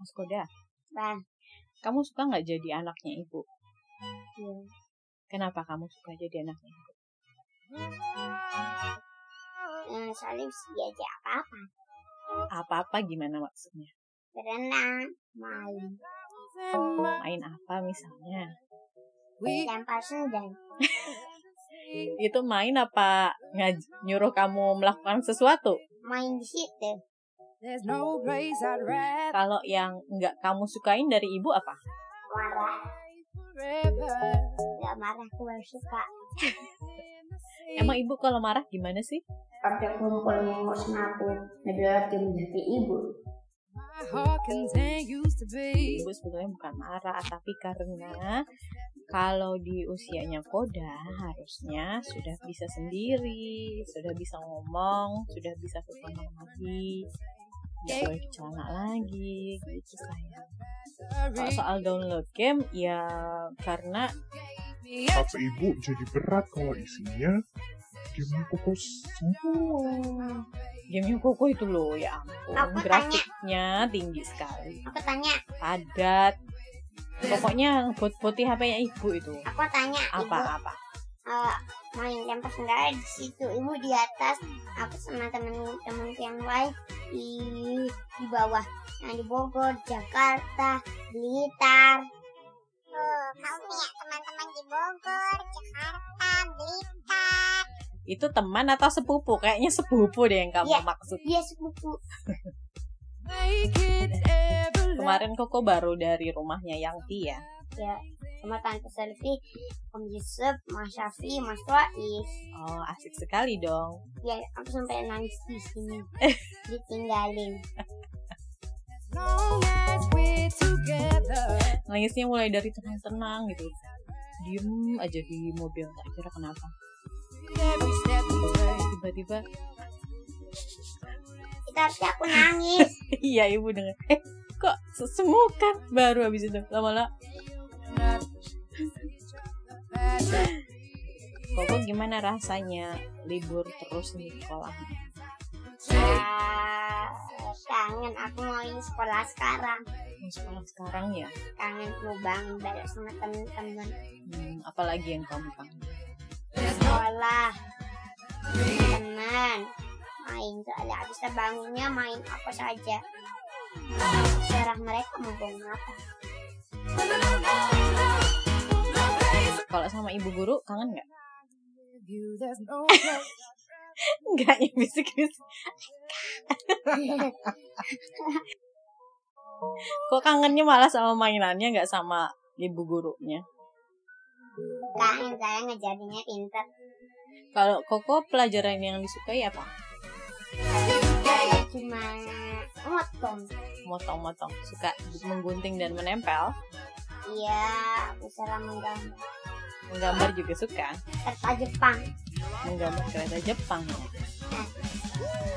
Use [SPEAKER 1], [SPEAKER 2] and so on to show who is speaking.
[SPEAKER 1] Mas Koda,
[SPEAKER 2] Bang,
[SPEAKER 1] kamu suka nggak jadi anaknya ibu?
[SPEAKER 2] ya.
[SPEAKER 1] Kenapa kamu suka jadi anaknya ibu?
[SPEAKER 2] Nah, soalnya bisa diajak apa-apa.
[SPEAKER 1] Apa-apa gimana maksudnya?
[SPEAKER 2] Berenang, main,
[SPEAKER 1] Main apa misalnya?
[SPEAKER 2] lempar sendal.
[SPEAKER 1] Itu main apa ngaj- nyuruh kamu melakukan sesuatu?
[SPEAKER 2] Main di situ.
[SPEAKER 3] There's no place I'd rather
[SPEAKER 1] Kalau yang nggak kamu sukain dari ibu apa?
[SPEAKER 2] Marah,
[SPEAKER 3] forever.
[SPEAKER 2] gak marah aku baru suka.
[SPEAKER 1] Emang ibu kalau marah gimana sih?
[SPEAKER 2] Pada kumpul nengok sama aku. Adalah tim dari ibu.
[SPEAKER 3] My heart contained used to be.
[SPEAKER 1] Ibu sebetulnya bukan marah, tapi karena kalau di usianya koda harusnya sudah bisa sendiri, sudah bisa ngomong, sudah bisa berkembang lagi, nggak boleh celana lagi, gitu sayang. Kalau soal download game, ya karena
[SPEAKER 4] HP ibu jadi berat kalau isinya game koko semua.
[SPEAKER 1] gamenya koko itu loh, ya ampun,
[SPEAKER 2] Aku tanya.
[SPEAKER 1] grafiknya tinggi sekali,
[SPEAKER 2] Aku tanya,
[SPEAKER 1] padat, pokoknya bot-boti HP-nya ibu itu
[SPEAKER 2] aku tanya ibu.
[SPEAKER 1] apa-apa.
[SPEAKER 2] eh, main lempar sendal di situ. Ibu di atas, aku sama temen-temen yang lain di di bawah. Nah, di Bogor, Jakarta, Blitar. Oh, kamu punya teman-teman di Bogor, Jakarta, Blitar.
[SPEAKER 1] itu teman atau sepupu kayaknya sepupu deh yang kamu
[SPEAKER 2] Iya.
[SPEAKER 1] maksud
[SPEAKER 2] Dia sepupu.
[SPEAKER 3] Make it everlasting.
[SPEAKER 1] kemarin koko baru dari rumahnya Yangti ya
[SPEAKER 2] Ya, sama Tante Selvi, Om Yusuf, Mas Syafi, Mas Faiz.
[SPEAKER 1] oh asik sekali dong
[SPEAKER 2] Ya, aku sampai nangis di sini. Ditinggalin.
[SPEAKER 3] As long as we're together.
[SPEAKER 1] nangisnya mulai dari tenang-tenang gitu diem aja di mobil tak kira kenapa Eh,
[SPEAKER 3] Every step we take.
[SPEAKER 1] tiba-tiba
[SPEAKER 2] Itu harusnya aku nangis.
[SPEAKER 1] iya ibu dengar eh kok sesemukan baru habis itu lama-lama koko gimana rasanya libur terus di sekolah
[SPEAKER 2] Ah, kangen aku mau ini sekolah sekarang
[SPEAKER 1] Di sekolah sekarang ya
[SPEAKER 2] kangen mau bangun bareng sama temen-temen
[SPEAKER 1] hmm, apalagi yang kamu kangen
[SPEAKER 2] sekolah teman main soalnya bisa bangunnya main apa saja serah mereka mau bangun apa
[SPEAKER 1] kalau sama ibu guru kangen nggak
[SPEAKER 3] You, there's no place
[SPEAKER 1] nggak ya bisik-bisik Kok kangennya malah sama mainannya nggak sama ibu gurunya?
[SPEAKER 2] kangen saya ngejadinya pinter
[SPEAKER 1] Kalau Koko pelajaran yang disukai apa?
[SPEAKER 2] cuma motong
[SPEAKER 1] Motong-motong, suka menggunting dan menempel,
[SPEAKER 2] iya bisa menggambar
[SPEAKER 1] menggambar juga suka,
[SPEAKER 2] kertas Jepang
[SPEAKER 1] menggambar kereta Jepang.